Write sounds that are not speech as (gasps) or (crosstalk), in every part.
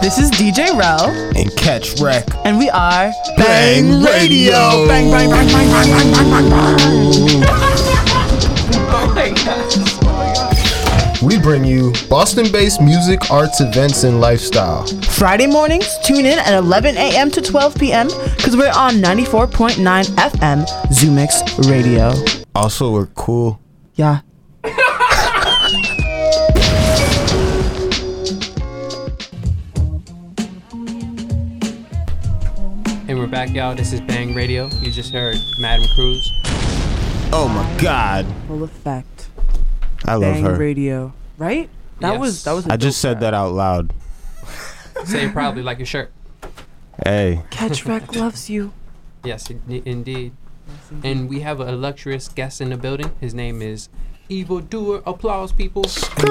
This is DJ Rel, and catch wreck. and we are Bang Radio. Bang, bang, bang, bang, bang, bang, bang, bang, We bring you Boston based music, arts, events, and lifestyle. Friday mornings, tune in at 11 a.m. to 12 p.m. because we're on 94.9 FM Zoomix Radio. Also, we're cool. Yeah. And we're back, y'all. This is Bang Radio. You just heard Madam Cruz. Oh my God. Full effect. I love Bang her. Radio. Right? That Yes. was that was. a I just dope said that out loud. Say it proudly like your shirt. Hey, rap. Catchback loves you. Yes, in- indeed. And we have a illustrious guest in the building. His name is Evil Doer. (laughs) Applause, people. Hey,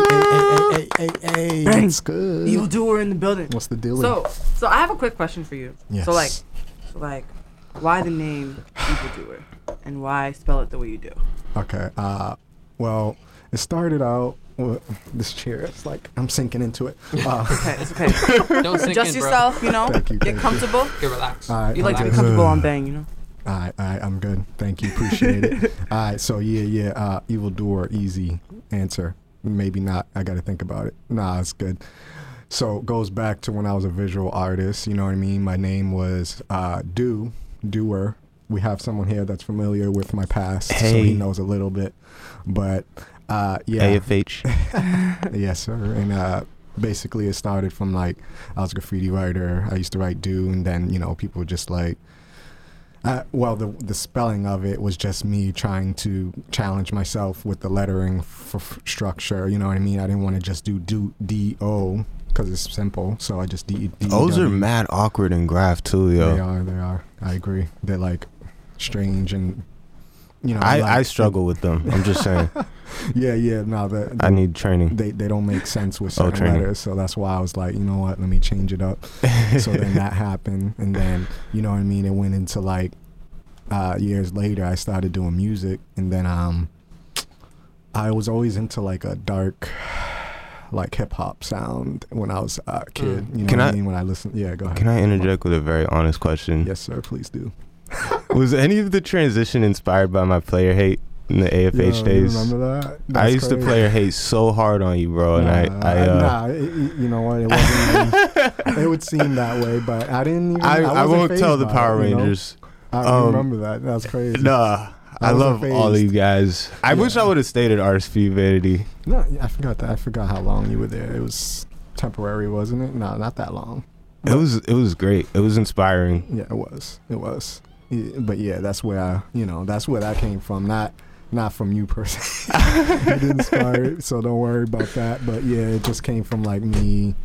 hey, hey, hey, Bang. That's good. Evil doer in the building. What's the deal? So, so I have a quick question for you. Yes. So like, so like, why the name evildoer, and why spell it the way you do? okay. Uh, well, it started out with this chair. It's like I'm sinking into it. Uh, Okay, it's okay. Don't sink Adjust in, bro. yourself, you know. Thank you, Get thank you. comfortable. Get relaxed. All right, You like to be Okay. comfortable on bang, you know. all right, all right, I'm good. Thank you. Appreciate it. All right. So yeah, yeah. Uh, evil door. Easy answer. Maybe not. I got to think about it. Nah, it's good. So it goes back to when I was a visual artist. You know what I mean? My name was uh, Do Doer. We have someone here that's familiar with my past, so Hey. he knows a little bit. But uh, yeah, AFH. Yes, sir. And uh, basically, it started from like I was a graffiti writer. I used to write do, and then you know people just like. Uh, well, the the spelling of it was just me trying to challenge myself with the lettering f- f- structure. You know what I mean? I didn't want to just do do d o because it's simple. So I just d d. Those are W. mad awkward and graph too, They yo. are. They are. I agree. They're like strange and you know. I, like- I struggle with them. I'm just saying. (laughs) Yeah, yeah. No, the, the I need training. they, they don't make sense with Oh, certain training. letters. So that's why I was like, you know what, let me change it up. so then (laughs) that happened. And then, you know what I mean? It went into like uh, years later, I started doing music. And then um, I was always into like a dark, like hip hop sound when I was a kid. You know what Can I- I mean? When I listened, yeah, go ahead. Can I interject with a very honest question? Yes, sir. Please do. Was any of the transition inspired by my player hate in the AFH Yo, days? You remember that? I That's used to crazy. player hate so hard on you, bro, and Nah, I, I, uh, nah, it- it- you know what? It wasn't. even- it would seem that way, but I didn't. Even, I, I, wasn't won't fazed tell the by it, Power you know? Rangers. I Um, remember that. That's crazy. Nah, I, I wasn't love all of you fazed. guys. I wish Yeah. I would have stayed at RSP Vanity. No, I forgot that. I forgot how long you were there. It was temporary, wasn't it? No, not that long. It was it was great. It was inspiring. Yeah, it was. It was. Yeah, but yeah, that's where I, you know, that's where that came from. Not, not from you per se. (laughs) you didn't inspire it, so don't worry about that. But yeah, it just came from like me.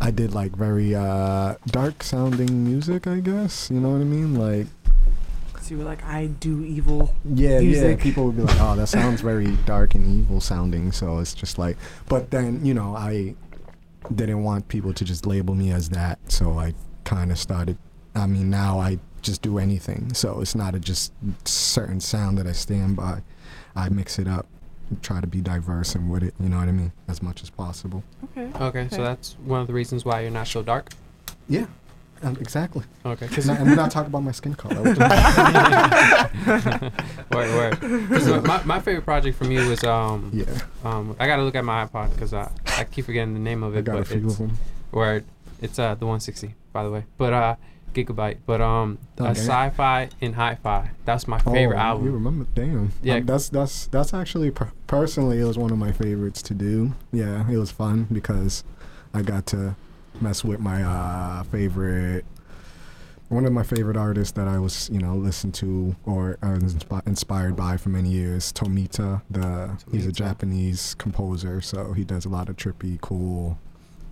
I did like very uh, dark sounding music, I guess. You know what I mean? Like, Cause you were like, I do evil. yeah, Music. yeah. People would be like, "Oh, that sounds very dark and evil sounding." So it's just like, but then you know, I didn't want people to just label me as that, so I kind of started. I mean, now I just do anything, so it's not a just certain sound that I stand by. I mix it up, try to be diverse and with it. You know what I mean? As much as possible. Okay. Okay, so that's one of the reasons why you're not so dark. Yeah, um, exactly. (laughs) Okay. Not, and we're not talking about my skin color. (laughs) Word, word. 'Cause my- my, my favorite project from you was um, yeah, um I gotta look at my iPod because I, I keep forgetting the name of I it, got a but few of it's them. word. It's uh the 160 by the way, but uh gigabyte. But um, a Okay. sci-fi and hi-fi. That's my favorite oh, You album. remember? Damn. Yeah. Yeah. that's that's that's actually per- personally it was one of my favorites to do. Yeah, it was fun because I got to mess with my uh, favorite. One of my favorite artists that I was, you know, listened to or uh, inspi- inspired by for many years, Tomita. The he's a Tomita. Japanese composer, so he does a lot of trippy, cool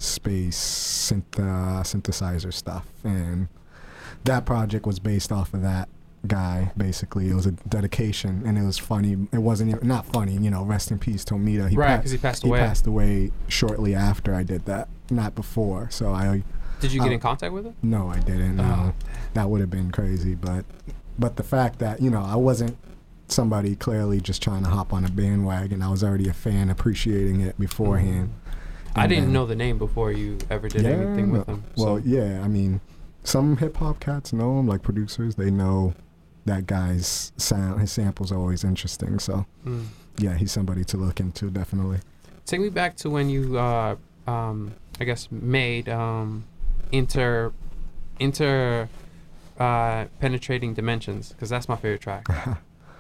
space synth- uh, synthesizer stuff, and that project was based off of that guy basically it was a dedication and it was funny it wasn't even not funny you know rest in peace tomita he, Right, pa- because he passed he away. passed away shortly after i did that not before so i Did you get Oh. in contact with him? no i didn't Oh. no that would have been crazy but but the fact that you know i wasn't somebody clearly just trying to hop on a bandwagon i was already a fan appreciating it beforehand Mm-hmm. I And didn't then- know the name before you ever did Yeah, anything with no. them. Well, so. yeah, I mean, some hip hop cats know him, like producers. They know that guy's sound. His samples are always interesting. So Mm. yeah, he's somebody to look into definitely. Take me back to when you, uh, um, I guess, made um, inter inter uh, penetrating dimensions because that's my favorite (laughs) track.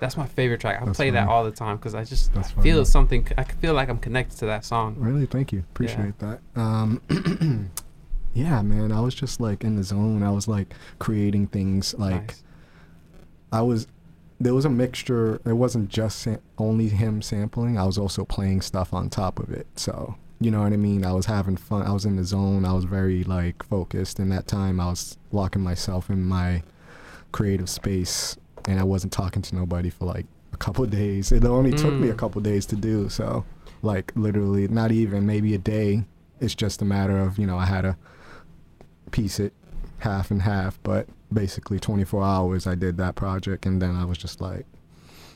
that's my favorite track. I That's play that funny. all the time because I just I That's feel funny. something. I c- feel like I'm connected to that song. Really, thank you. Appreciate that. Um, (clears throat) yeah, man, I was just like in the zone. I was like creating things. Like nice. I was. There was a mixture. It wasn't just sam- only him sampling. I was also playing stuff on top of it. So you know what I mean. I was having fun. I was in the zone. I was very like focused. And that time, I was locking myself in my creative space, and I wasn't talking to nobody for like a couple (laughs) of days. It only took me a Mm. couple of days to do. So like literally, not even maybe a day. It's just a matter of you know I had to piece it half and half, but basically 24 hours I did that project, and then I was just like,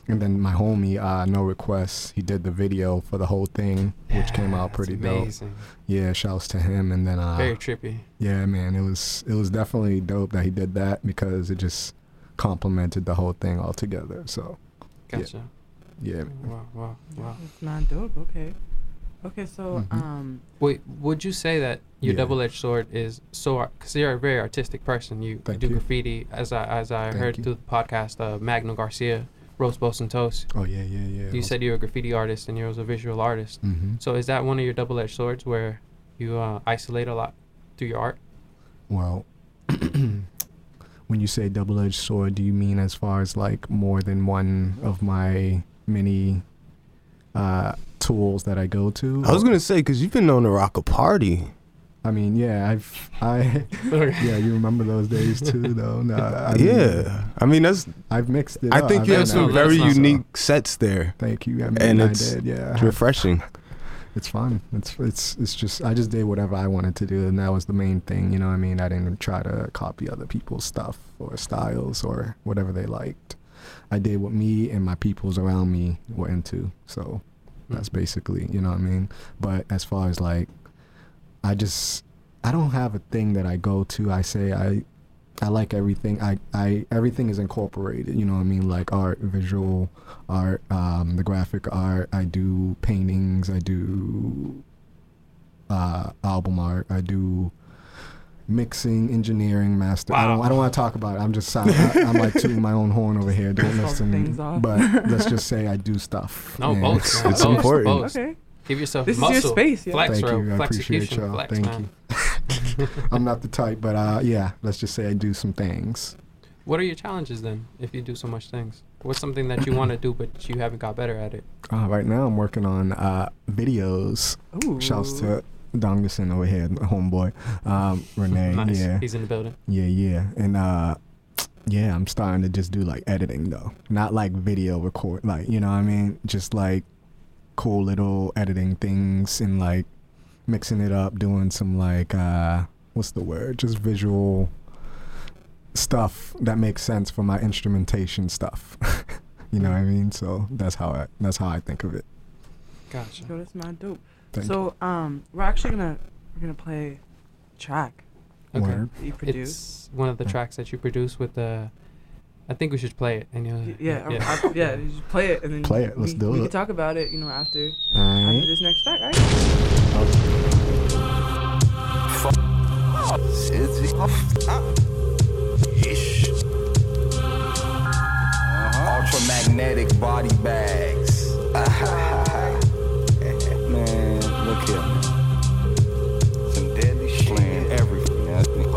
and then my homie, uh, No Requests, he did the video for the whole thing, which came out That's pretty dope. amazing. Yeah, shouts to him, and then uh, Very trippy. yeah, man, it was it was definitely dope that he did that because it just complemented the whole thing altogether. So yeah. Gotcha. yeah, Wow, wow, wow. It's not dope. Okay. Okay, so Mhm. um, Wait, would you say that your Yeah. double-edged sword is so? Because you're a very artistic person. You Thank do you. graffiti, as I as I Thank heard you. through the podcast, uh, Magno Garcia, Roast Boast and Toast. oh yeah, yeah, yeah. You said you're a graffiti artist and you're also a visual artist. hmm So is that one of your double-edged swords where you uh, isolate a lot through your art? (laughs) Well, (clears throat) when you say double edged sword, do you mean as far as like more than one of my many uh, tools that I go to? I was gonna say because you've been known to rock a party. I mean, yeah, I've. I. (laughs) yeah, you remember those days too, though. No, I mean, yeah, I mean that's. I've mixed it. I up. think I've you have done no, some everything, very that's not so. unique sets there. so Thank you. I mean, and I it's did, yeah. It's refreshing. it's fun. It's it's it's just I just did whatever I wanted to do, and that was the main thing. You know what I mean? I didn't try to copy other people's stuff or styles or whatever they liked. I did what me and my peoples around me were into. So that's basically you know what I mean. But as far as like, I just I don't have a thing that I go to. I say I. I like everything. I, I everything is incorporated. You know what I mean? Like art, visual, art, um, the graphic art. I do paintings. I do uh, album art. I do mixing, engineering, master. I don't. I don't want to talk about it. I'm just. Sound, I, I'm like tooting my own horn over here. Don't Fuck listen. things off. But let's just say I do (laughs) stuff. No, and both, It's, man. it's Both, important. both. okay, Give yourself this muscle. is your space. Yeah. Flex, Thank bro. you. I appreciate Flexecution, y'all. flex, Thank man. (laughs) you. I'm not the type, but uh, yeah. Let's just say I do some things. What are your challenges then? If you do so much things, what's something that you want to do but you haven't got better at it? Uh, right now, I'm working on uh, videos. Ooh. Shouts to Dongerson over here, my homeboy. Um, Uh, Renee. nice. Yeah. He's in the building. Yeah, yeah. And uh yeah, I'm starting to just do like editing though. Not like video record like, you know what I mean? Just like cool little editing things and like mixing it up, doing some like uh what's the word? Just visual stuff that makes sense for my instrumentation stuff. (laughs) you know what I mean? So that's how I that's how I think of it. Gotcha. Yo, that's not dope. Thank so um, we're actually gonna we're gonna play a track you. Okay. Word. that you produced. It's one of the tracks that you produce with the. I think we should play it. And you'll, Y- Yeah, I- I- yeah. You just play it and then Play it, let's we, do we it. Mm-hmm. can talk about it, you know, after after Alright. this next track, right? It's Uh-huh. Ultramagnetic body bags. (laughs) man, look here, man. Some deadly shit. Playing everything. Oh. That's the-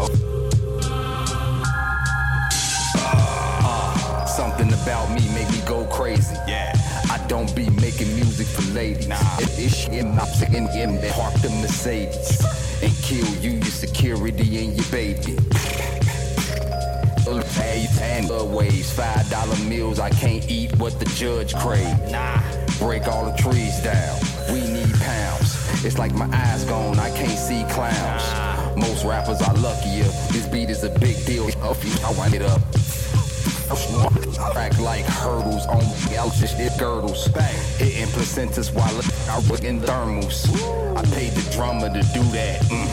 Uh, something about me make me go crazy. Yeah. I don't be making music for ladies. Nah. If it's in my in him, they park the Mercedes and kill you, your security, and your baby. Faith and the ways. Five dollar meals, I can't eat what the judge craves. Nah. Break all the trees down. We need pounds. It's like my eyes gone, I can't see clowns. Most rappers are luckier. This beat is a big deal. Up you, I wind it up. Crack like hurdles on elches it girdles. Hitting placentas while I work in thermals. I paid the drummer to do that. Mm,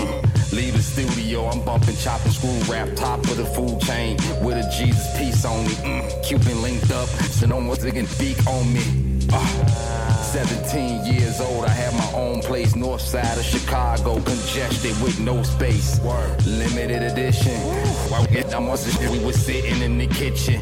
mm. Leave the studio, I'm bumping chopping screw rap, top of the food chain with a Jesus piece on me. Mm, Cuban linked up, so no one's looking beak on me. Ah. 17 years old, I had my own place, north side of Chicago, congested with no space. Limited edition. While we- I'm on some shit, we were sitting in the kitchen.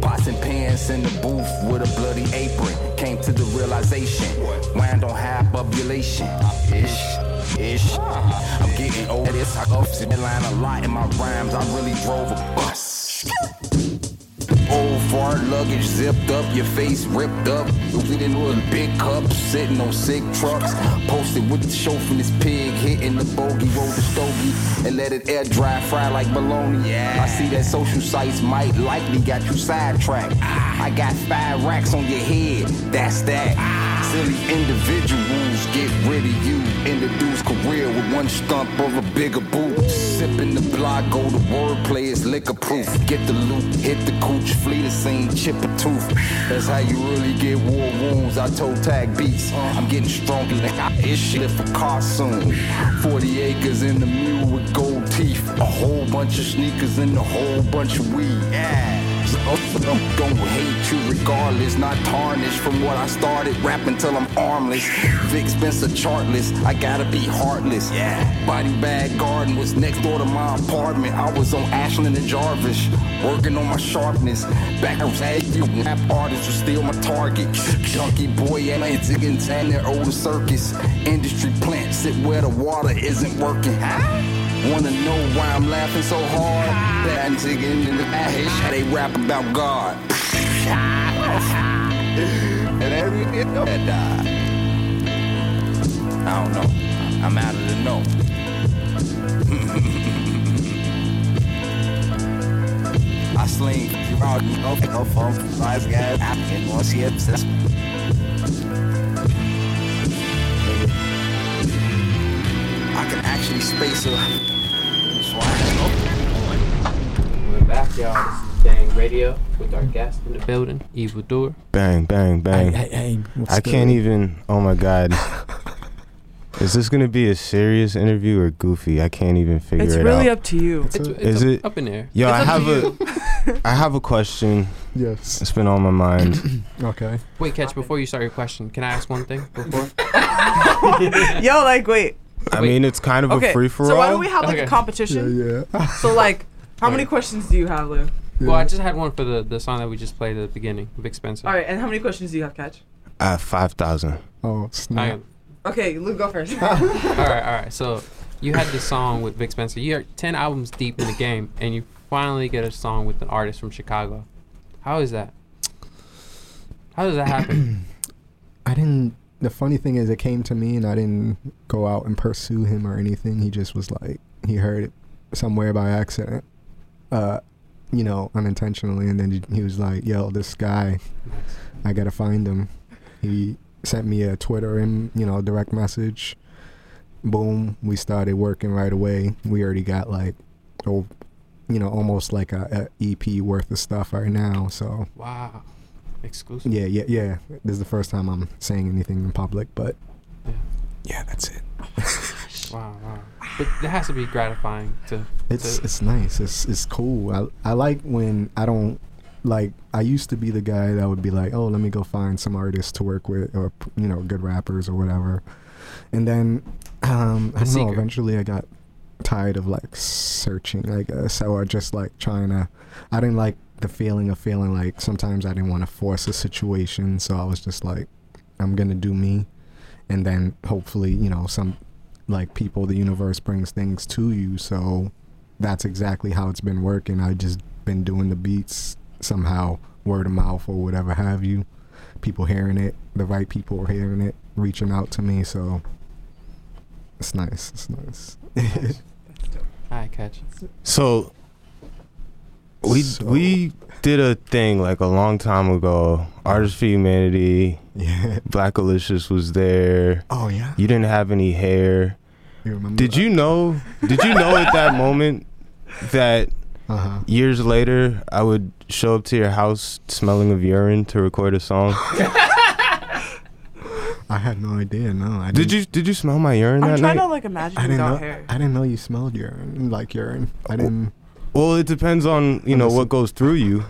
Pots and pans in the booth with a bloody apron. Came to the realization, wine don't have population. Ish, ish. I'm getting old. This I go sit line a lot in my rhymes. I really drove a bus. Old fart luggage zipped up, your face ripped up. We didn't know a big cup, sitting on sick trucks. Posted with the show from this pig, hitting the bogey, rolled the stogie, and let it air dry, fry like bologna. I see that social sites might likely got you sidetracked. I got five racks on your head, that's that. Silly individuals get rid of you. End a dude's career with one stump of a bigger boot. Sipping the block, go to wordplay, it's liquor proof. Get the loot, hit the cooch, flee the scene, chip a tooth. That's how you really get war wounds. I told Tag Beats, I'm getting stronger than I ish live for car soon. 40 acres in the mule with gold teeth. A whole bunch of sneakers and a whole bunch of weed. Yeah. So, don't, don't hate you regardless, not tarnished from what I started rapping till I'm armless. Vic Spencer chartless, I gotta be heartless. Yeah. Body bag garden was next door to my apartment. I was on Ashland and Jarvis, working on my sharpness. Back I was at you, rap artists were still my target. Junkie boy, and it's against their older circus. Industry plant, sit where the water isn't working. Wanna know why I'm laughing so hard? That I'm digging in the ash. They rap about God. (laughs) and every bit of that die. I don't know. I'm out of the know. (laughs) I sling around off off off five guys and once he obsessed. I can actually space her. So I can We're back, y'all. This is Bang Radio with our guest in the building, Evil Doer. Bang, bang, Hey, bang. hey, hey, what's I can't good? even. Oh my god. Is this gonna be a serious interview or goofy? I can't even figure It's it really out. up to you. It's, it's Is up, it- up in there? Yo, I have a, (laughs) I have a question. Yes. It's been on my mind. Okay. Wait, catch. Before you start your question, can I ask one thing (laughs) before? Yo, like, wait. I Wait. mean, it's kind of Okay. a free for So why all. don't we have like a Okay. Yeah, competition? yeah. So like, how many Alright. questions do you have, Lou? Well, I just had one for the, the song that we just played at the beginning, Vic Spencer. All right, and how many questions do you have, Catch? uh, five thousand. (laughs) Oh, I- snap. Okay, Lou, go (laughs) first. all right, all right. So you had this song with Vic Spencer. You're ten albums deep in the game, and you finally get a song with an artist from Chicago. How is that? How does that (coughs) happen? I didn't. The funny thing is, it came to me, and I didn't go out and pursue him or anything. He just was like, he heard it somewhere by accident, uh, you know, unintentionally, and then he was like, "Yo, this guy, I gotta find him." He sent me a Twitter and you know direct message. Boom, we started working right away. We already got like, oh, you know, almost like a, a EP worth of stuff right now. So wow, exclusive. yeah, yeah, yeah. This is the first time I'm saying anything in public, but Yeah. yeah, that's it. Wow, wow. But that has to be gratifying to. It's to it's nice. It's it's cool. I I like when I don't like. I used to be the guy that would be like, oh, let me go find some artists to work with, or you know, good rappers or whatever. And then um, I The don't know. seeker. Eventually, I got tired of like searching. I guess so. I just like trying to. I didn't like the feeling of feeling like sometimes I didn't want to force a situation, so I was just like, I'm gonna do me, and then hopefully, you know, some like people, the universe brings things to you. So that's exactly how it's been working. I just been doing the beats somehow, word of mouth or whatever have you. People hearing it, the right people are hearing it, reaching out to me. So it's nice. It's nice. I catch. So we So- we did a thing like a long time ago. Artists for Humanity, Yeah. Black Alicious was there. Oh yeah. You didn't have any hair. You remember? Did you know? Did you know at that moment that? that Uh-huh. Years later, I would show up to your house smelling of urine to record a song. I had no idea. No, I did didn't- you did you smell my urine I'm that trying night? to like imagine I you didn't without know. hair. I didn't know you smelled urine like urine. I didn't. well, it depends on you know what goes through you.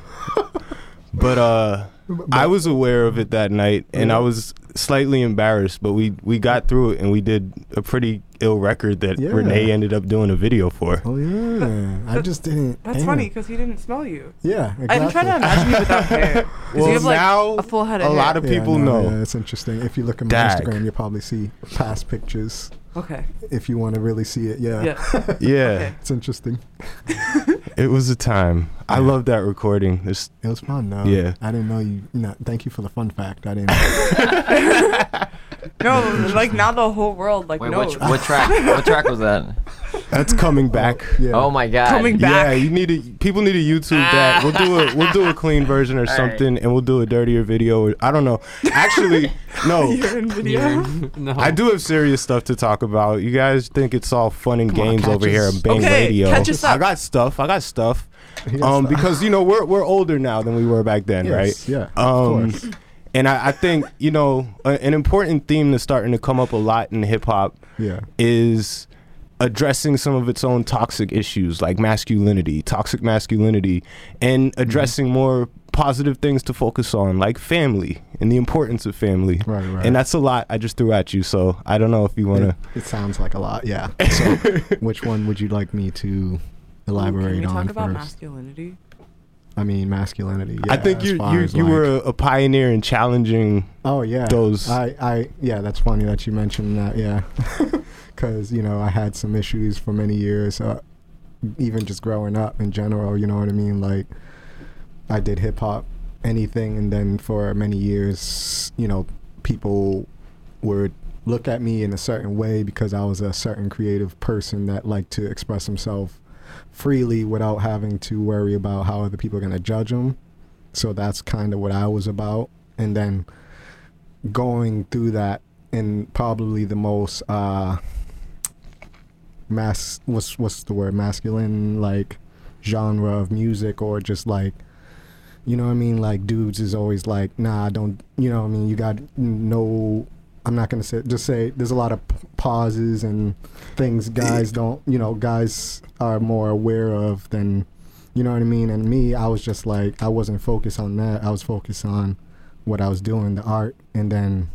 But uh, I was aware of it that night, and I was slightly embarrassed. But we we got through it, and we did a pretty ill record that Yeah. Renee ended up doing a video for. Oh yeah, (laughs) I just didn't. That's damn. funny because he didn't smell you. Yeah, exactly. I'm trying to imagine you without (laughs) hair. 'Cause Well, you have like now a full head a of hair. lot of Yeah, (laughs) people no, know. Yeah, (laughs) it's interesting. If you look at my Dag. Instagram, you'll probably see past pictures. okay. If you want to really see it, yeah, (laughs) Yeah. Yeah, (laughs) it's interesting. it was a time. I Yeah. love that recording. It's It was fun though. Yeah. I didn't know you. No, thank you for the fun fact. I didn't. No, like now the whole world like Wait, knows. what, what (laughs) track? What track was (laughs) that? that's coming back. yeah. Oh my god. Coming Yeah, back. you need a people need a YouTube that. We'll do a we'll (laughs) do a clean version or right. something, and we'll do a dirtier video. Or, I don't know. (laughs) Actually, no. You're in video. (laughs) no. I do have serious stuff to talk about. You guys think it's all fun and Come on, games catch over here us. on Bang Okay, Radio. catch us I up. got stuff. I got stuff. He got (laughs) Um, stuff. because you know we're we're older now than we were back then, Yes, right? yeah, of Um, course. and I, I think you know a, an important theme that's starting to come up a lot in hip hop Yeah. is addressing some of its own toxic issues like masculinity, toxic masculinity, and Mm-hmm. addressing more positive things to focus on like family and the importance of family. Right, right. And that's a lot I just threw at you, so I don't know if you want It, to it sounds like a lot. (laughs) Yeah. So, which one would you like me to elaborate Can we on talk about first? masculinity? I mean, masculinity. Yeah, I think as you far you, as, you like- were a, a pioneer in challenging Oh yeah. those- I I yeah. That's funny that you mentioned that. Yeah. Because you know I had some issues for many years, uh, even just growing up in general. You know what I mean? Like I did hip hop, anything, and then for many years, you know, people would look at me in a certain way because I was a certain creative person that liked to express himself freely without having to worry about how other people are going to judge them. So that's kind of what I was about. And then going through that in probably the most uh mass what's what's the word masculine like genre of music or just like you know what I mean like dudes is always like nah I don't you know what I mean you got no I'm not gonna say just say there's a lot of p- pauses and things guys don't you know guys are more aware of than you know what I mean and me I was just like I wasn't focused on that I was focused on what I was doing the art and then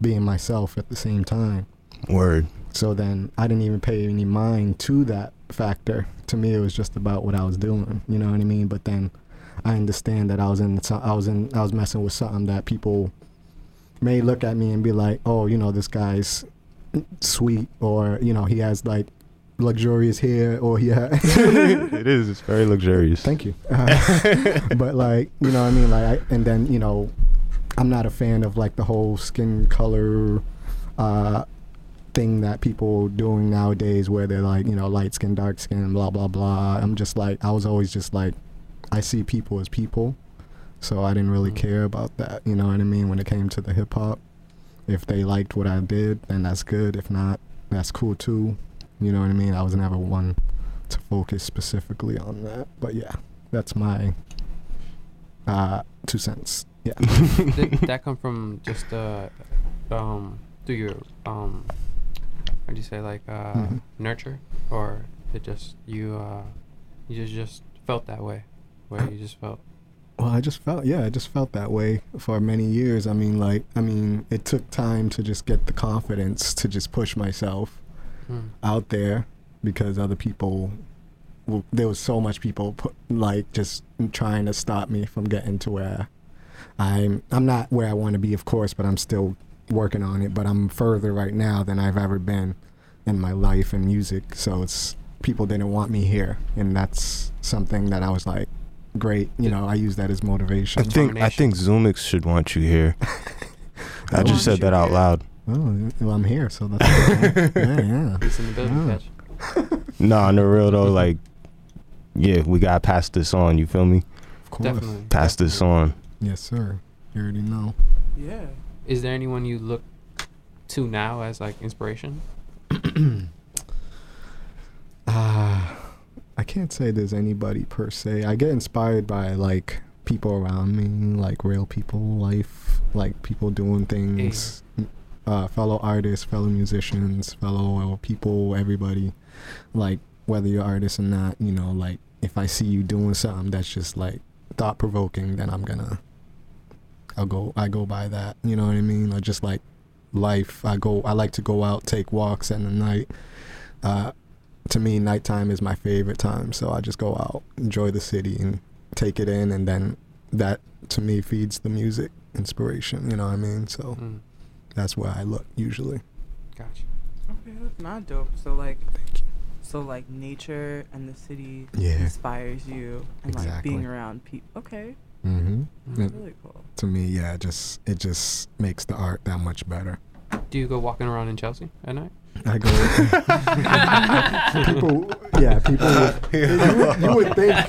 being myself at the same time (laughs) word. so then I didn't even pay any mind to that factor. To me, it was just about what I was doing. You know what I mean? But then I understand that I was in so- I was in I was messing with something that people may look at me and be like, oh, you know, this guy's sweet, or you know, he has like luxurious hair, or he (laughs) ha- it is. It's very luxurious. Thank you. Uh, (laughs) but like, you know what I mean? Like, I, and then you know, I'm not a fan of like the whole skin color uh, thing that people doing nowadays, where they're like, you know, light skin, dark skin, blah blah blah. I'm just like, I was always just like, I see people as people, so I didn't really care about that. You know what I mean? When it came to the hip hop, if they liked what I did, then that's good. If not, that's cool too. You know what I mean? I was never one to focus specifically on that. But yeah, that's my uh, two cents. Yeah. Did that come from just uh, um, through your um, how do you say like uh, Mhm. nurture, or it just you uh, you just just felt that way, where you just felt Well, I just felt yeah, I just felt that way for many years. I mean, like I mean, it took time to just get the confidence to just push myself mm, out there because other people w- there was so much people put, like just trying to stop me from getting to where I'm I'm not where I want to be of course but I'm still working on it but I'm further right now than I've ever been in my life and music so it's people didn't want me here and that's something that I was like great you know I use that as (laughs) I motivation think I think Zoomix should want you (laughs) here. I want just said you that out here. loud. oh well I'm here so that's (laughs) okay. yeah yeah it's in the building. Yeah. Catch. Nah, on the real though, like, yeah, we gotta pass this on. You feel me? of course Definitely. Pass this on. yes sir you already know Yeah. Is there anyone you look to now as like inspiration? Ah, I can't say there's anybody per se. I get inspired by like people around me, like real people, life, like people doing things, uh, fellow artists, fellow musicians, fellow people, everybody. Like whether you're artist or not, you know, like if I see you doing something that's just like thought provoking, then I'm gonna, I'll go, I go by that. You know what I mean? Or just like life. I go, I like to go out, take walks at the night. Uh, to me, nighttime is my favorite time. So I just go out, enjoy the city, and take it in, and then that to me feeds the music inspiration. You know what I mean? So Mm, that's where I look usually. gotcha. Okay, that's not dope. So like, so like nature and the city Yeah. inspires you, and like Exactly. being around people. Okay, Mm-hmm. that's really cool. To me, yeah, it just it just makes the art that much better. Do you go walking around in Chelsea at night? I go. (laughs) people, yeah, people. Would, (laughs) you, you would think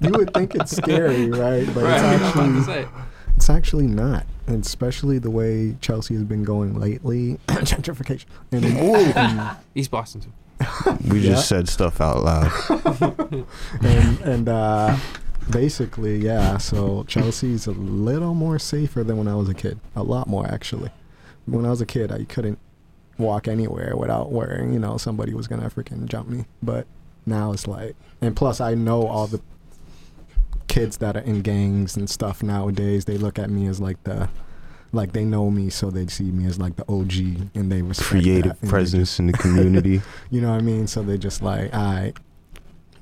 you would think it's scary, right? Mm-hmm. But Right, it's I was about to actually say. it's actually not, and especially the way Chelsea has been going lately, (coughs) gentrification. And and, East Boston too. We Yeah. just said stuff out loud. (laughs) and, and uh, basically, yeah. So Chelsea's a little more safer than when I was a kid. A lot more actually. When I was a kid, I couldn't walk anywhere without worrying, you know, somebody was gonna freaking jump me. But now it's like, and plus, I know all the kids that are in gangs and stuff nowadays. They look at me as like the like they know me, so they see me as like the OG, and they respect that, Creative and they presence in the (laughs) community. you know what I mean? So they just like I,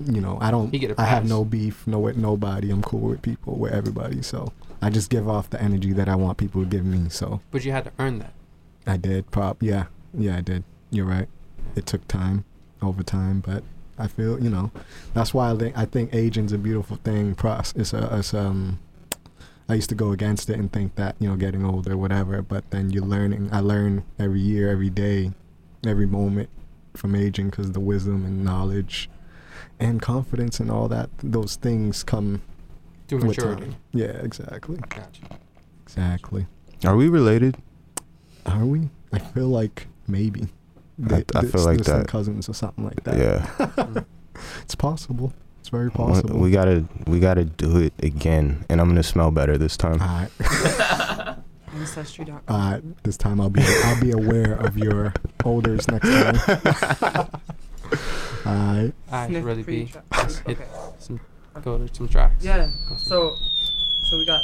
you know, I don't. You get a I have pass. no beef, no with nobody. I'm cool with people, with everybody. So I just give off the energy that I want people to give me. So But you had to earn that. I did prop. Yeah, yeah, I did. You're right. It took time, over time, but I feel you know. That's why I think I think aging's a beautiful thing. Process. It's a. It's um. I used to go against it and think that you know getting older, whatever. But then you're learning. I learn every year, every day, every moment from aging because the wisdom and knowledge, and confidence and all that those things come Through with maturity. time. Yeah, exactly, Gotcha. exactly. Are we related? Are we? I feel like maybe. I- I feel like some that. cousins or something like that. Yeah. It's possible. It's very We- possible. We gotta we gotta do it again, and I'm gonna smell better this time. all right, Ancestry.com. all right. This time I'll be I'll be aware of your odors next time. Ah. (laughs) (laughs) all right. I should Sniff really be pre-tri- hit- Okay. some go to some tracks. Yeah. Go some- So, so we got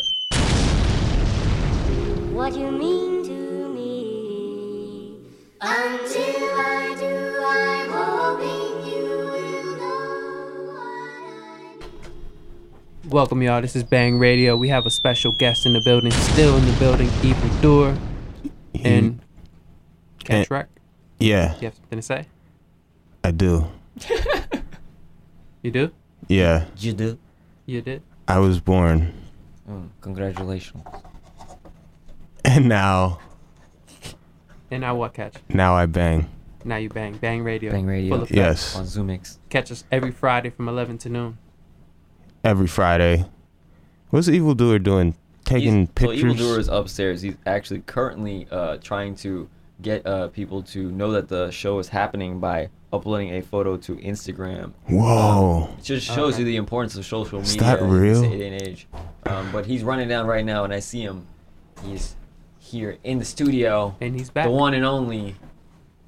what you mean to me. Until I do, I'm hoping you will know what I Welcome y'all. This is Bang Radio. We have a special guest in the building, still in the building, Evil Door He- and and- Catch Rack. yeah, You have something to say? I do. You do? Yeah, You do. You did? I was born, (laughs) Oh, congratulations. and now And now what catch? now I bang. Now you bang. Bang Radio. Bang Radio. Full effect. Yes, On Zoomix. Catch us every Friday from eleven to (laughs) noon. every Friday. What's the evil doer doing? Taking He's- pictures. So Evildoer is upstairs. He's actually currently uh, trying to get uh, people to know that the show is happening by uploading a photo to Instagram. Whoa. It just shows Okay. you the importance of social media Is that real? in this day and age. Um, but he's running down right now, and I see him. He's here in the studio. And he's back. The one and only,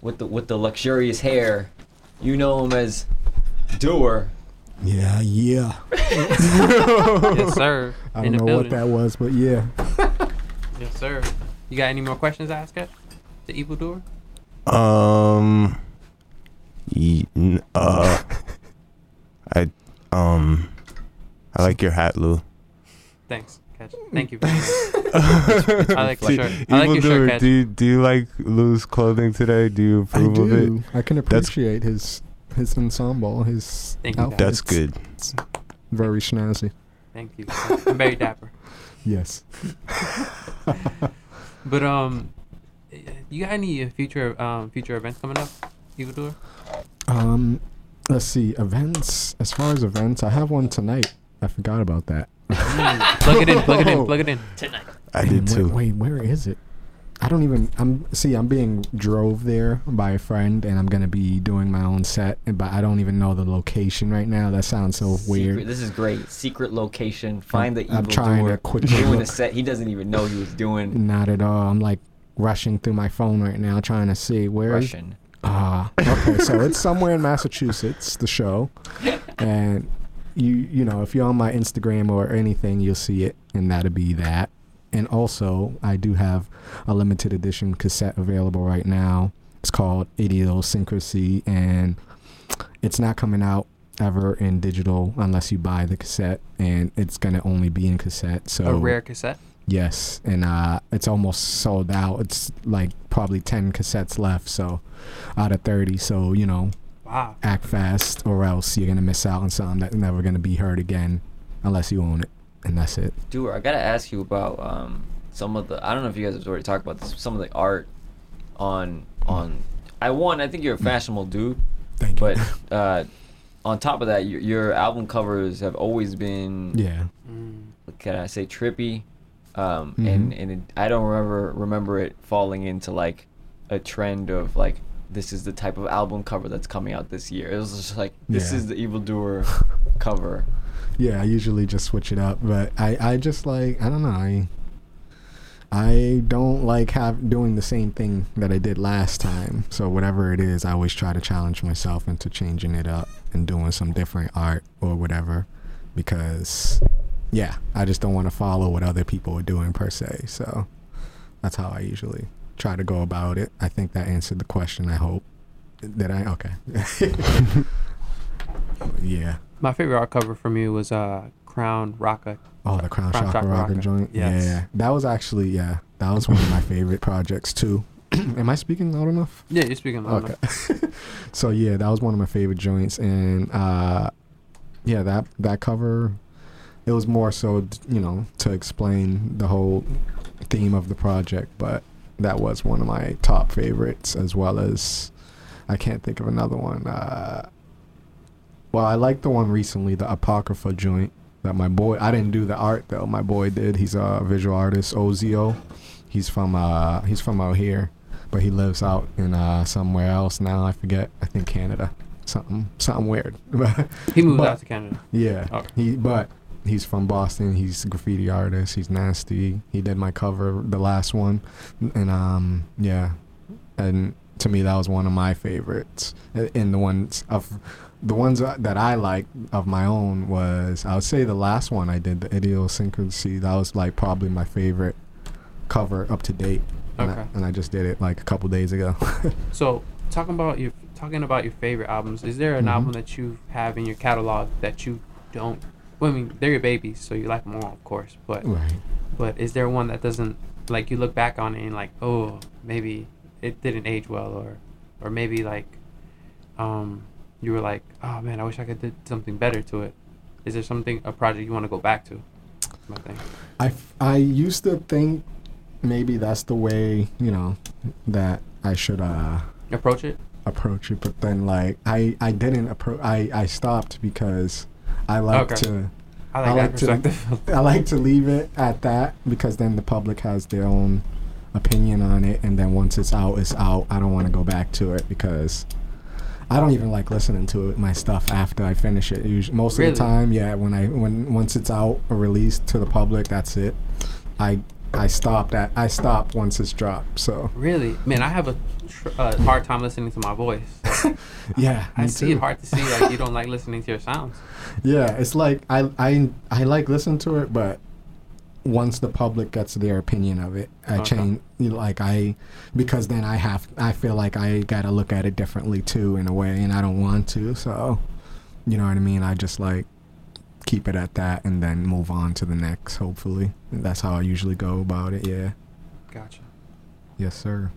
with the with the luxurious hair. You know him as Doer. Yeah, yeah. yes, sir. I in don't the know building. what that was, but yeah. Yes, sir. You got any more questions to ask us? The evil doer? Um. ye- n- (laughs) Uh. I. Um. I like your (laughs) hat, Lou. Thanks. Catch. Thank you very (laughs) much. I like your do, shirt. I like your shirt, Evildoer, Kat. Do you, do you like Lou's clothing today? Do you I approve of it? do. I can That's- appreciate his his ensemble, his Thank you, outfits. That's good. Very snazzy. Thank you. I'm very dapper. Yes. But um, you got any future um future events coming up, evil doer? Um, let's see. Events. As far as events, I have one tonight. I forgot about that. Plug it in. Plug it in. Plug it in. I Wait, did too. Wait, where is it? I don't even. I'm see. I'm being drove there by a friend, and I'm gonna be doing my own set, and- but I don't even know the location right now. That sounds so Secret, Oh, weird. this is great. Secret location. Find the evil I'm trying doer. to quickly doing a look. set. He doesn't even know he was (laughs) doing Not at all. I'm like rushing through my phone right now, trying to see where is Russian. Ah, okay. so it's somewhere in Massachusetts, the show, and you you know if you're on my Instagram or anything, you'll see it, and that'll be that. And also, I do have a limited edition cassette available right now. It's called Idiosyncrasy, and it's not coming out ever in digital unless you buy the cassette, and it's gonna only be in cassette. Oh, So A rare cassette. Yes, and uh, it's almost sold out. It's like probably ten cassettes left, so out of thirty. So you know, Wow. act fast, or else you're gonna miss out on something that's never gonna be heard again, unless you own it, and that's it. Doer, I gotta ask you about um, some of the. I don't know if you guys have already talked about this. but Some of the art on on. I one, I think you're a fashionable dude, Thank (laughs) but you. uh, on top of that, your, your album covers have always been. yeah, Can I say trippy? Um, Mm-hmm. And and it, I don't remember remember it falling into like a trend of like this is the type of album cover that's coming out this year. It was just like this Yeah. is (laughs) the evildoer cover. yeah. I usually just switch it up, but I I just like I don't know I. I don't like have doing the same thing that I did last time. So whatever it is, I always try to challenge myself into changing it up and doing some different art or whatever because yeah, I just don't want to follow what other people are doing per se. So that's how I usually try to go about it. I think that answered the question, I hope. Did I okay. (laughs) yeah. My favorite art cover from you was uh, Crown Rocka. Oh, the Crown, Crown Chakra Chakra Rocker Rocker. joint. Yes. Yeah, that was actually yeah, that was one of my favorite projects too. (clears throat) Am I speaking loud enough? Yeah, you're speaking. loud Okay. (laughs) enough. so yeah, that was one of my favorite joints, and uh, yeah, that that cover, it was more so you know to explain the whole theme of the project, but that was one of my top favorites as well as I can't think of another one. Uh, well, I like the one recently, the Apocrypha joint that my boy. I didn't do the art though. My boy did. He's a visual artist, Ozio. He's from uh he's from out here, but he lives out in uh somewhere else now. I forget. I think Canada. Something something weird. (laughs) He moved But- out to Canada. Yeah. Okay. He but he's from Boston. He's a graffiti artist. He's nasty. He did my cover, the last one, and um yeah, and to me that was one of my favorites. A- And the ones of the ones that that I like of my own was I would say the last one I did, the idiosyncrasy. That was like probably my favorite cover up to date. And, I, Okay. and I just did it like a couple days ago. (laughs) So talking about your talking about your favorite albums, is there an Mhm. album that you have in your catalog that you don't? Well, I mean, they're your babies, so you like them all, of course. But right. but is there one that doesn't like you look back on it and like, oh, maybe it didn't age well, or or maybe like, um, you were like, oh man, I wish I could did something better to it. Is there something a project you want to go back to? That's My thing. I, f- I used to think maybe that's the way you know that I should uh Approach it. approach it, but then like I I didn't approach I I stopped because I like Okay. to I like, that to perspective. I like to leave it at that because then the public has their own opinion on it, and then once it's out, it's out. I don't want to go back to it because I don't even like listening to it, my stuff after I finish it. Usually, most of Really? the time, yeah. When I when once it's out or released to the public, that's it. I I stopped at I stop once it's dropped. So (laughs) really, man, I have a tr- uh, hard time listening to my (laughs) voice. yeah, I me see too. it hard to see like (laughs) you don't like listening to your sounds. Yeah, it's like I I I like listen to it, but once the public gets their opinion of it, I Okay. change you know, like I because then I have I feel like I got to look at it differently too in a way, and I don't want to. So, you know what I mean? I just like keep it at that and then move on to the next. Hopefully, And that's how I usually go about it. Yeah. Gotcha. Yes, sir.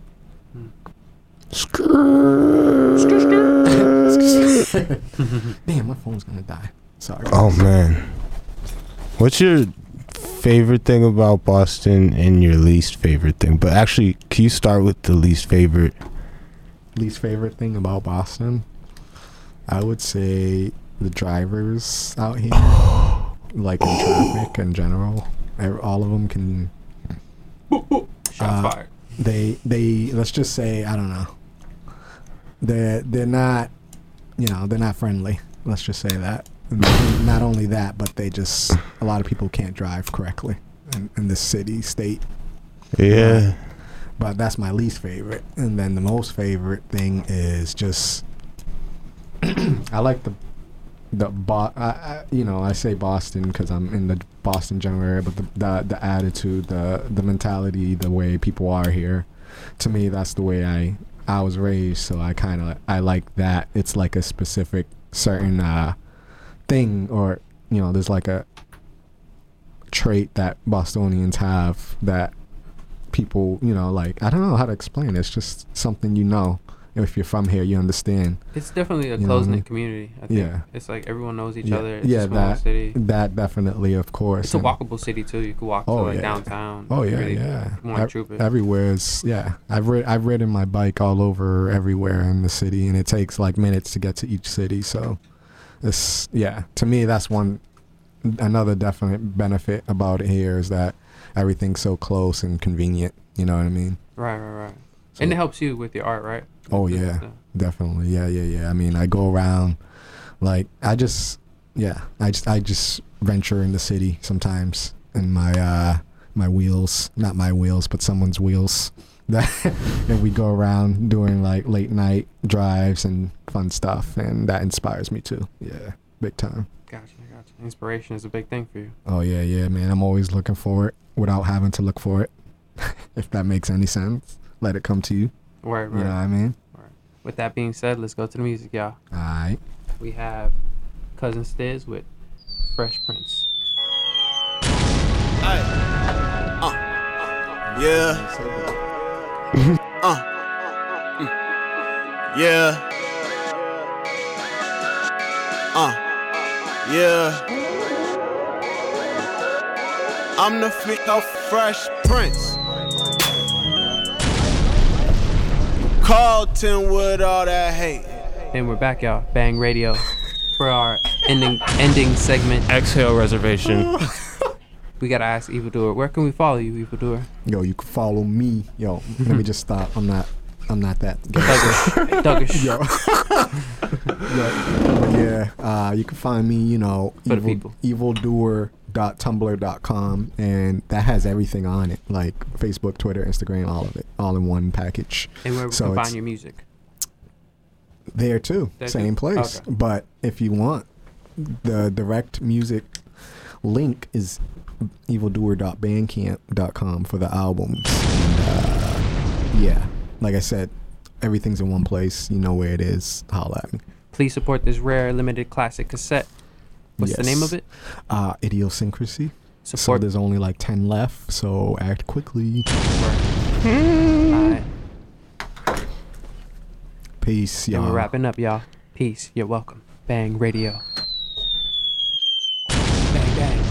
Damn, my phone's gonna die. Sorry. (laughs) Oh man. What's your favorite thing about Boston and your least favorite thing? But actually, can you start with the least favorite? least favorite thing about Boston, I would say the drivers (gasps) out here, like in traffic in general. Ev- All of them can. Shots Uh, fired. they they let's just say I don't know. They're they're not, you know, they're not friendly. Let's just say that. And not only that, but they just a lot of people can't drive correctly in, in the city state. Yeah. But that's my least favorite. And then the most favorite thing is just (clears throat) I like the the bo- I, I, you know I say Boston because I'm in the Boston general area, but the, the the attitude, the the mentality, the way people are here, to me that's the way I I was raised. So I kind of I like that. It's like a specific certain uh thing, or you know, there's like a trait that Bostonians have that people you know like I don't know how to explain. It. It's just something you know. If you're from here, you understand. It's definitely a You know what I close knit mean? community. I think. Yeah. It's like everyone knows each Yeah, other. It's yeah, a small that- city. That definitely, of course. It's a and- walkable city too. You could walk Oh, to like yeah. downtown. Oh if you yeah, really yeah. Want to Ev- troop it. Everywhere is yeah. I've rid I've ridden my bike all over everywhere in the city, and it takes like minutes to get to each city. So, it's yeah. To me, that's one another definite benefit about it here is that everything's so close and convenient. You know what I mean? right, right, right. So- and it helps you with your art, right? Oh, With the- yeah. the- Definitely. Yeah, yeah, yeah. I mean, I go around like I just yeah, I just I just venture in the city sometimes in my uh my wheels, not my wheels, but someone's wheels. (laughs) That and we go around doing like late night drives and fun stuff and that inspires me too. Yeah, big time. Gotcha, gotcha. Inspiration is a big thing for you. Oh yeah, yeah, man. I'm always looking for it without having to look for it. (laughs) if that makes any sense. Let it come to you. Right, You know right. what I mean? With that being said, let's go to the music, y'all. All right. We have Cousin Stiz with Fresh Prince. Yeah. uh. Mm. Yeah. Uh. Yeah. I'm the flick of Fresh Prince. Carlton with all that hate. And we're back, y'all. Bang (laughs) Radio for our ending ending segment. Exhale reservation. (laughs) We gotta ask Evildoer, where can we follow you, Evildoer? Yo, you can follow me. (laughs) Yo, let me just stop. I'm not. I'm not that. (laughs) Douglas. Douglas. Yo. Yo, but yeah, uh, you can find me. You know, For the people. evildoer.tumblr.com, and that has everything on it, like Facebook, Twitter, Instagram, all of it, all in one package. And where we So can it's- find your music. There too, There same too? place. Okay. But if you want, the direct music link is evildoer.bandcamp.com for the albums. And, uh, yeah, like I said, everything's in one place. You know where it is. Holla at me. Please support this rare limited classic cassette. What's the name Yes. of it? Uh, idiosyncrasy. So Support there's only like ten left. So act quickly. Alright. Peace, And y'all. we're wrapping up, y'all. Peace. You're welcome. Bang Radio. Bang bang.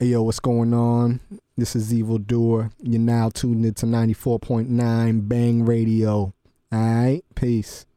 Hey yo, what's going on? This is Evil Doer. You're now tuned into 94.9 Bang Radio. All right, peace.